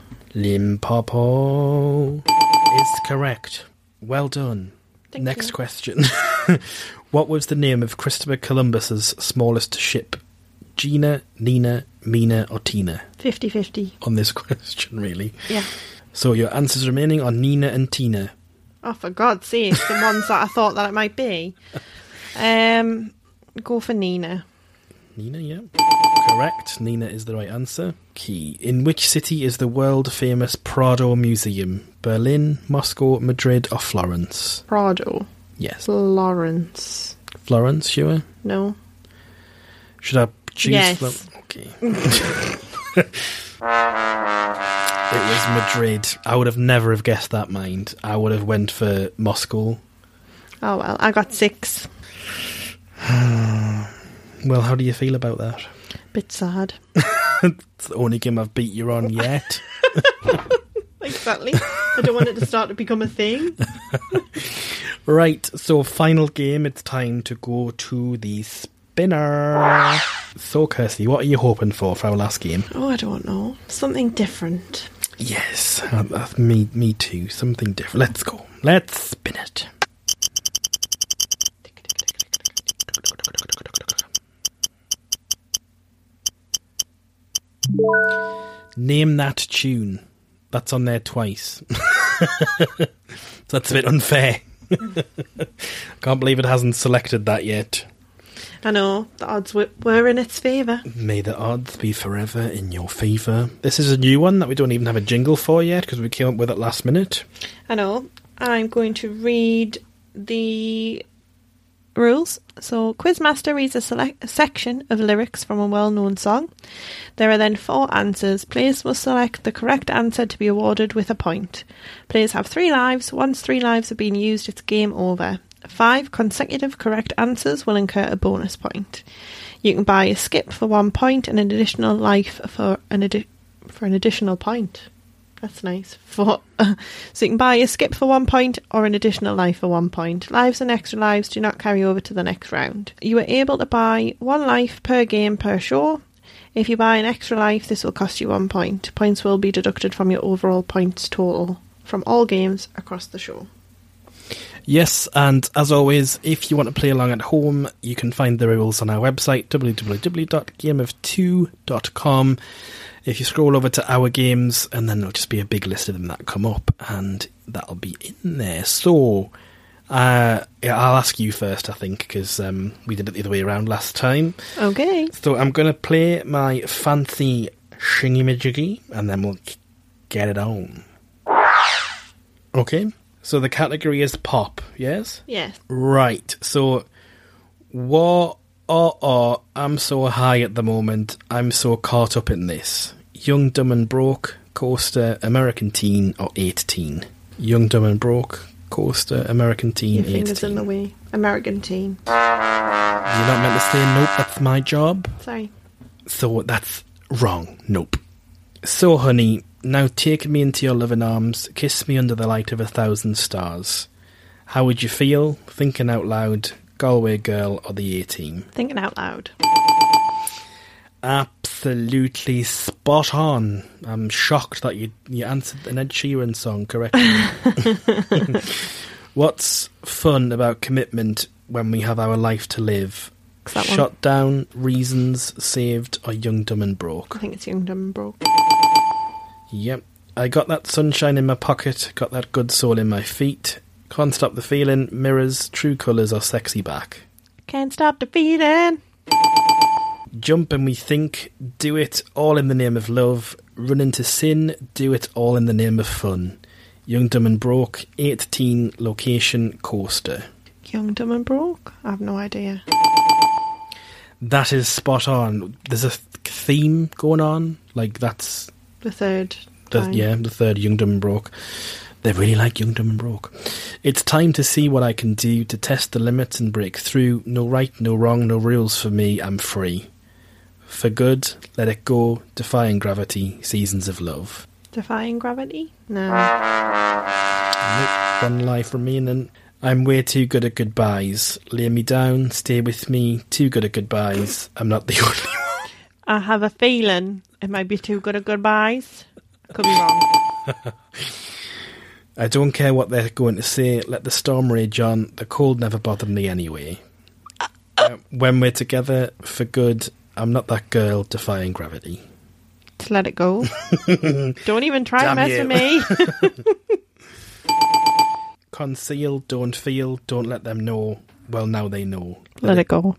S3: Limpopo is correct. Well done.
S2: Thank
S3: Next
S2: you.
S3: question. what was the name of Christopher Columbus's smallest ship? Gina, Nina, Mina, or Tina?
S2: 50 50.
S3: On this question, really.
S2: Yeah.
S3: So your answers remaining are Nina and Tina.
S2: Oh, for God's sake, the ones that I thought that it might be. Um, go for Nina.
S3: Nina, yeah. Correct. Nina is the right answer. Key. In which city is the world famous Prado Museum? Berlin, Moscow, Madrid, or Florence?
S2: Prado.
S3: Yes.
S2: Florence.
S3: Florence, sure.
S2: No.
S3: Should I choose?
S2: Yes.
S3: Flo- okay. it was Madrid. I would have never have guessed that. Mind, I would have went for Moscow.
S2: Oh, well, I got six.
S3: Well, how do you feel about that?
S2: Bit sad.
S3: It's the only game I've beat you on yet.
S2: Exactly. I don't want it to start to become a thing.
S3: right. So final game. It's time to go to the spinner. So, Kirsty, what are you hoping for for our last game?
S2: Oh, I don't know. Something different.
S3: Yes, uh, uh, me, me too. Something different. Let's go. Let's spin it. Name that tune. That's on there twice. That's a bit unfair. Can't believe it hasn't selected that yet.
S2: I know the odds were, were in its favour.
S3: May the odds be forever in your favour. This is a new one that we don't even have a jingle for yet because we came up with it last minute.
S2: I know. I'm going to read the rules. So, Quizmaster reads a, select- a section of lyrics from a well known song. There are then four answers. Players must select the correct answer to be awarded with a point. Players have three lives. Once three lives have been used, it's game over. Five consecutive correct answers will incur a bonus point. You can buy a skip for one point and an additional life for an, addi- for an additional point. That's nice. For so you can buy a skip for one point or an additional life for one point. Lives and extra lives do not carry over to the next round. You are able to buy one life per game per show. If you buy an extra life, this will cost you one point. Points will be deducted from your overall points total from all games across the show.
S3: Yes, and as always, if you want to play along at home, you can find the rules on our website, www.gameof2.com. If you scroll over to our games, and then there'll just be a big list of them that come up, and that'll be in there. So, uh, yeah, I'll ask you first, I think, because um, we did it the other way around last time.
S2: Okay.
S3: So I'm going to play my fancy shingy majiggy and then we'll g- get it on. Okay. So the category is pop, yes?
S2: Yes.
S3: Right. So what oh oh I'm so high at the moment. I'm so caught up in this. Young Dumb and Broke, Coaster, American Teen or 18. Young Dumb and Broke, Coaster, American
S2: Your
S3: Teen,
S2: fingers
S3: 18.
S2: in the way. American teen.
S3: You're not meant to say nope, that's my job.
S2: Sorry.
S3: So that's wrong. Nope. So, honey, now take me into your loving arms, kiss me under the light of a thousand stars. How would you feel, thinking out loud, Galway Girl or the A Team?
S2: Thinking out loud.
S3: Absolutely spot on. I'm shocked that you you answered an Ed Sheeran song correctly. What's fun about commitment when we have our life to live?
S2: It's that one.
S3: Shot down, reasons saved, or young, dumb, and broke?
S2: I think it's Young Dumb and Broke.
S3: Yep. I got that sunshine in my pocket, got that good soul in my feet. Can't stop the feeling, mirrors, true colours are sexy back.
S2: Can't stop defeating.
S3: Jump and we think, do it all in the name of love. Run into sin, do it all in the name of fun. Young, dumb and broke, 18, location, coaster.
S2: Young Dumb and Broke? I have no idea.
S3: That is spot on. There's a th- theme going on. Like, that's
S2: The third.
S3: The,
S2: time.
S3: yeah, the third Young Dumb and Broke. They really like Young Dumb and Broke. It's time to see what I can do to test the limits and break through. No right, no wrong, no rules for me. I'm free. For good, let it go. Defying gravity, seasons of love.
S2: Defying gravity? No.
S3: Nope, one life remaining. I'm way too good at goodbyes. Lay me down, stay with me. Too good at goodbyes. I'm not the only one.
S2: I have a feeling it might be too good at goodbyes. Could be wrong.
S3: I don't care what they're going to say. Let the storm rage on. The cold never bothered me anyway. Uh, when we're together for good, I'm not that girl defying gravity.
S2: To let it go. Don't even try to
S3: Damn
S2: mess
S3: you.
S2: with me.
S3: Conceal, don't feel, don't let them know. Well, now they know.
S2: let it go.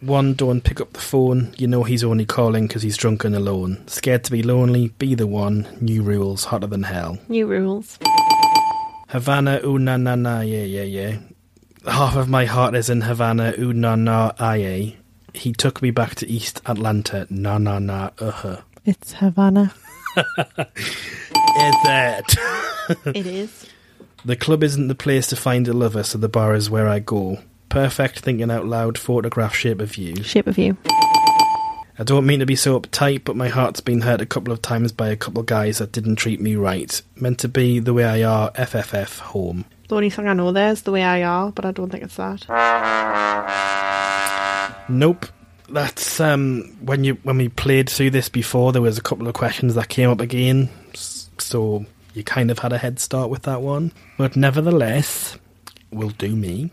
S3: One, don't pick up the phone. You know he's only calling because he's drunk and alone. Scared to be lonely, be the one. New rules, hotter than hell.
S2: New rules.
S3: Havana, ooh na na na, yeah yeah yeah. Half of my heart is in Havana, ooh na na, aye. aye. He took me back to East Atlanta, na na na, uh huh.
S2: It's Havana.
S3: Is that?
S2: it is.
S3: the club isn't the place to find a lover, so the bar is where I go. Perfect thinking out loud photograph shape of you.
S2: Shape of you.
S3: I don't mean to be so uptight, but my heart's been hurt a couple of times by a couple of guys that didn't treat me right. Meant to be the way I are, FFF home.
S2: The only song I know there is The Way I Are, but I don't think it's that.
S3: Nope. That's um, when you when we played through this before. There was a couple of questions that came up again, s- so you kind of had a head start with that one. But nevertheless, will do me.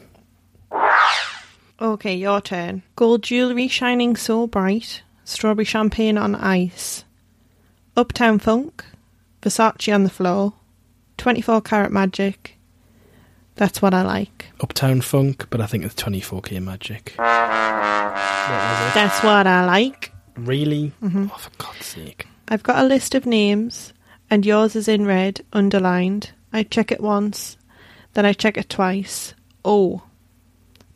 S2: Okay, your turn. Gold jewellery shining so bright, strawberry champagne on ice, Uptown Funk, Versace on the floor, 24 karat magic. That's what I like.
S3: Uptown Funk, but I think it's 24k Magic.
S2: That's what I like.
S3: Really? Oh, for God's sake!
S2: I've got a list of names, and yours is in red, underlined. I check it once, then I check it twice. Oh.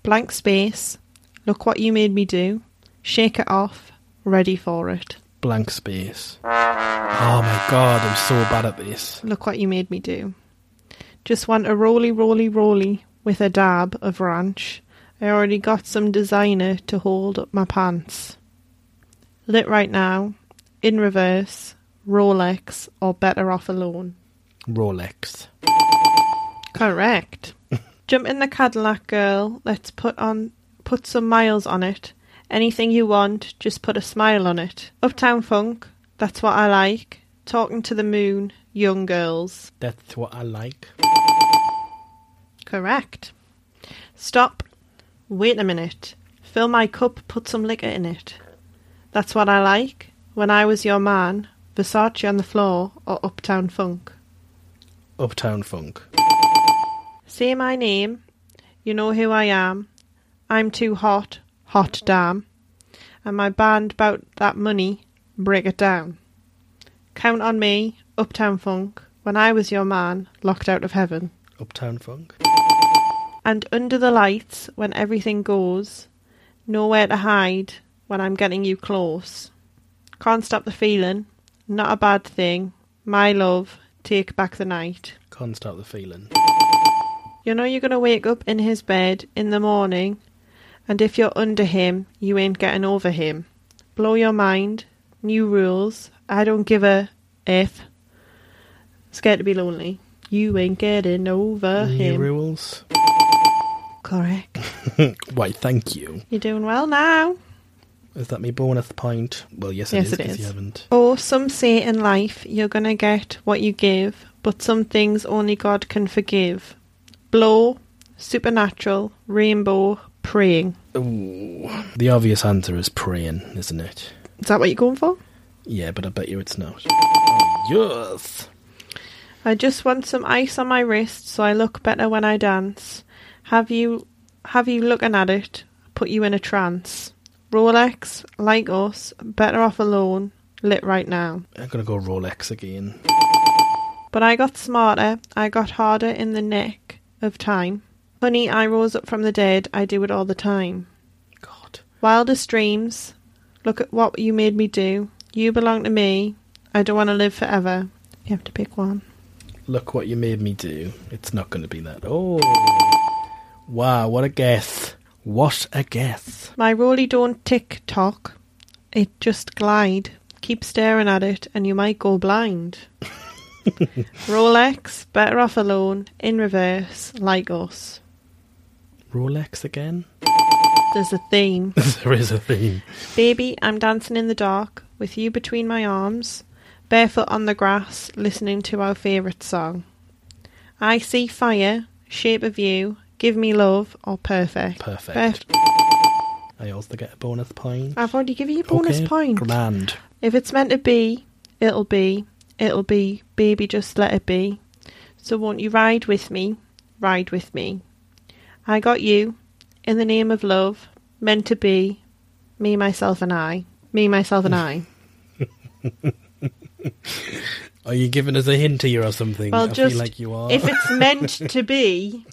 S2: Blank space. Look what you made me do. Shake it off. Ready for it.
S3: Blank space. Oh my God! I'm so bad at this.
S2: Look what you made me do. Just want a roly roly roly with a dab of ranch. I already got some designer to hold up my pants. Lit right now, in reverse, Rolex, or better off alone.
S3: Rolex.
S2: Correct. Jump in the Cadillac, girl. Let's put on put some miles on it. Anything you want, just put a smile on it. Uptown Funk, that's what I like. Talking to the Moon, Young Girls.
S3: That's what I like.
S2: Correct. Stop. Wait a minute. Fill my cup, put some liquor in it. That's what I like. When I was your man, Versace on the floor or Uptown Funk.
S3: Uptown Funk.
S2: Say my name. You know who I am. I'm too hot, hot damn. And my band bout that money, break it down. Count on me, Uptown Funk. When I was your man, locked out of heaven.
S3: Uptown Funk.
S2: And under the lights, when everything goes, nowhere to hide when I'm getting you close. Can't stop the feeling, not a bad thing. My love, take back the night.
S3: Can't stop the feeling.
S2: You know you're going to wake up in his bed in the morning, and if you're under him, you ain't getting over him. Blow your mind, new rules, I don't give a F. Scared to be lonely. You ain't getting over
S3: New
S2: him.
S3: rules.
S2: Correct.
S3: Why, Hmm. thank you.
S2: You're doing well now.
S3: Is that me bonus point? Well, yes, it
S2: Yes,
S3: is,
S2: it
S3: 'cause
S2: is.
S3: you haven't.
S2: Or some say in life you're going to get what you give, but some things only God can forgive. Blow, supernatural, rainbow, praying.
S3: The obvious answer is praying, isn't it?
S2: Is that what you're going for?
S3: Yeah, but I bet you it's not. Oh, yes!
S2: I just want some ice on my wrist so I look better when I dance. Have you have you looking at it? Put you in a trance. Rolex, like us, better off alone, lit right now.
S3: I'm gonna go Rolex again.
S2: But I got smarter, I got harder in the neck of time. Honey, I rose up from the dead, I do it all the time.
S3: God.
S2: Wildest dreams, look at what you made me do. You belong to me, I don't want to live forever. You have to pick one.
S3: Look what you made me do. It's not gonna be that. Oh! Wow, what a guess. What a guess.
S2: My rolly don't tick tock, it just glide. Keep staring at it and you might go blind. Rolex, better off alone, in reverse, like us.
S3: Rolex again?
S2: There's a theme.
S3: there is a theme.
S2: Baby, I'm dancing in the dark with you between my arms, barefoot on the grass, listening to our favourite song. I see fire, shape of you, give me love, or perfect.
S3: Perfect.
S2: Perf-
S3: I also get a bonus point.
S2: I've already given you a bonus
S3: Okay,
S2: point.
S3: Grand.
S2: If it's meant to be, it'll be. It'll be. Baby, just let it be. So won't you ride with me? Ride with me. I got you. In the name of love. Meant to be. Me, myself, and I. Me, myself, and I.
S3: Are you giving us a hint here or something?
S2: Well,
S3: I
S2: just
S3: feel like you are.
S2: if it's meant to be,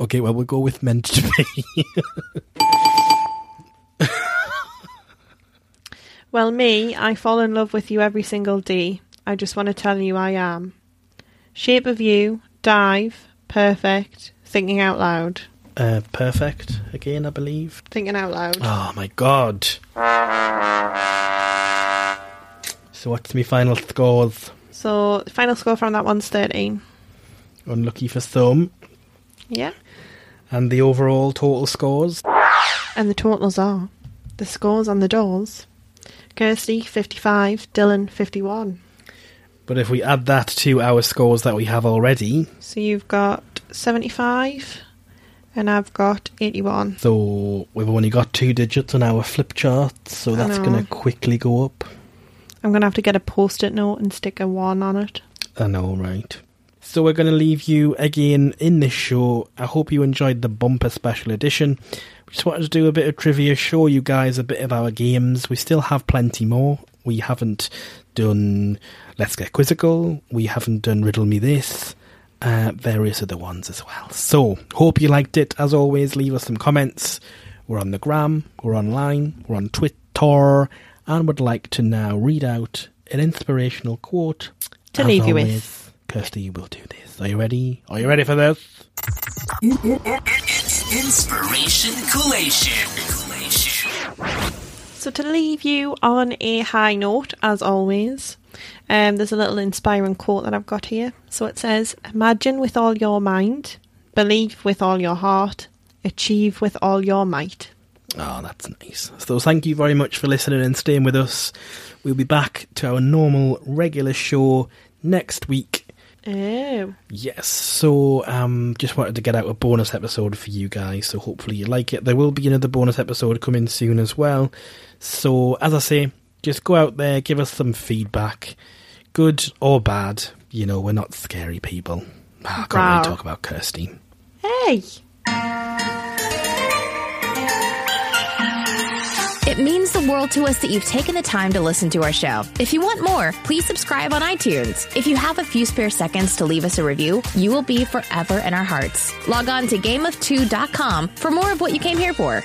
S3: Okay, well, we'll go with meant to be.
S2: well, me, I fall in love with you every single day. I just want to tell you I am. Shape of you, dive, perfect, thinking out loud,
S3: uh, perfect again, I believe.
S2: thinking out loud.
S3: Oh my god. So, what's my final scores?
S2: So final score from that one's thirteen.
S3: Unlucky for some.
S2: Yeah,
S3: And the overall total scores?
S2: and the totals are the scores on the doors. Kirsty fifty-five, Dylan fifty-one.
S3: But if we add that to our scores that we have already,
S2: So you've got seventy-five, and I've got eighty-one.
S3: so we've only got two digits on our flip chart, so that's
S2: know.
S3: going to quickly go up.
S2: I'm gonna have to get a post-it note and stick a one on it.
S3: I know, right? So we're going to leave you again in this show. I hope you enjoyed the bumper special edition. We just wanted to do a bit of trivia, show you guys a bit of our games. We still have plenty more. We haven't done Let's Get Quizzical. We haven't done Riddle Me This. Uh, various other ones as well. So, hope you liked it. As always, leave us some comments. We're on the gram, we're online, we're on Twitter, and would like to now read out an inspirational quote
S2: To
S3: as
S2: leave you with.
S3: Kirsty, you will do this. Are you ready? Are you ready for this?
S4: Inspiration collation. Collation.
S2: So to leave you on a high note, as always, um, there's a little inspiring quote that I've got here. So it says, "Imagine with all your mind, believe with all your heart, achieve with all your might.
S3: Oh, that's nice. So, thank you very much for listening and staying with us. We'll be back to our normal, regular show next week.
S2: Oh,
S3: Yes, so um, just wanted to get out a bonus episode for you guys, so hopefully you like it. There will be another bonus episode coming soon as well. So, as I say, just go out there, give us some feedback, good or bad. You know, we're not scary people. Ah, I can't
S2: Wow.
S3: really talk about Kirsty.
S2: hey,
S1: It means the world to us that you've taken the time to listen to our show. If you want more, please subscribe on iTunes. If you have a few spare seconds to leave us a review, you will be forever in our hearts. Log on to gameof2.com for more of what you came here for.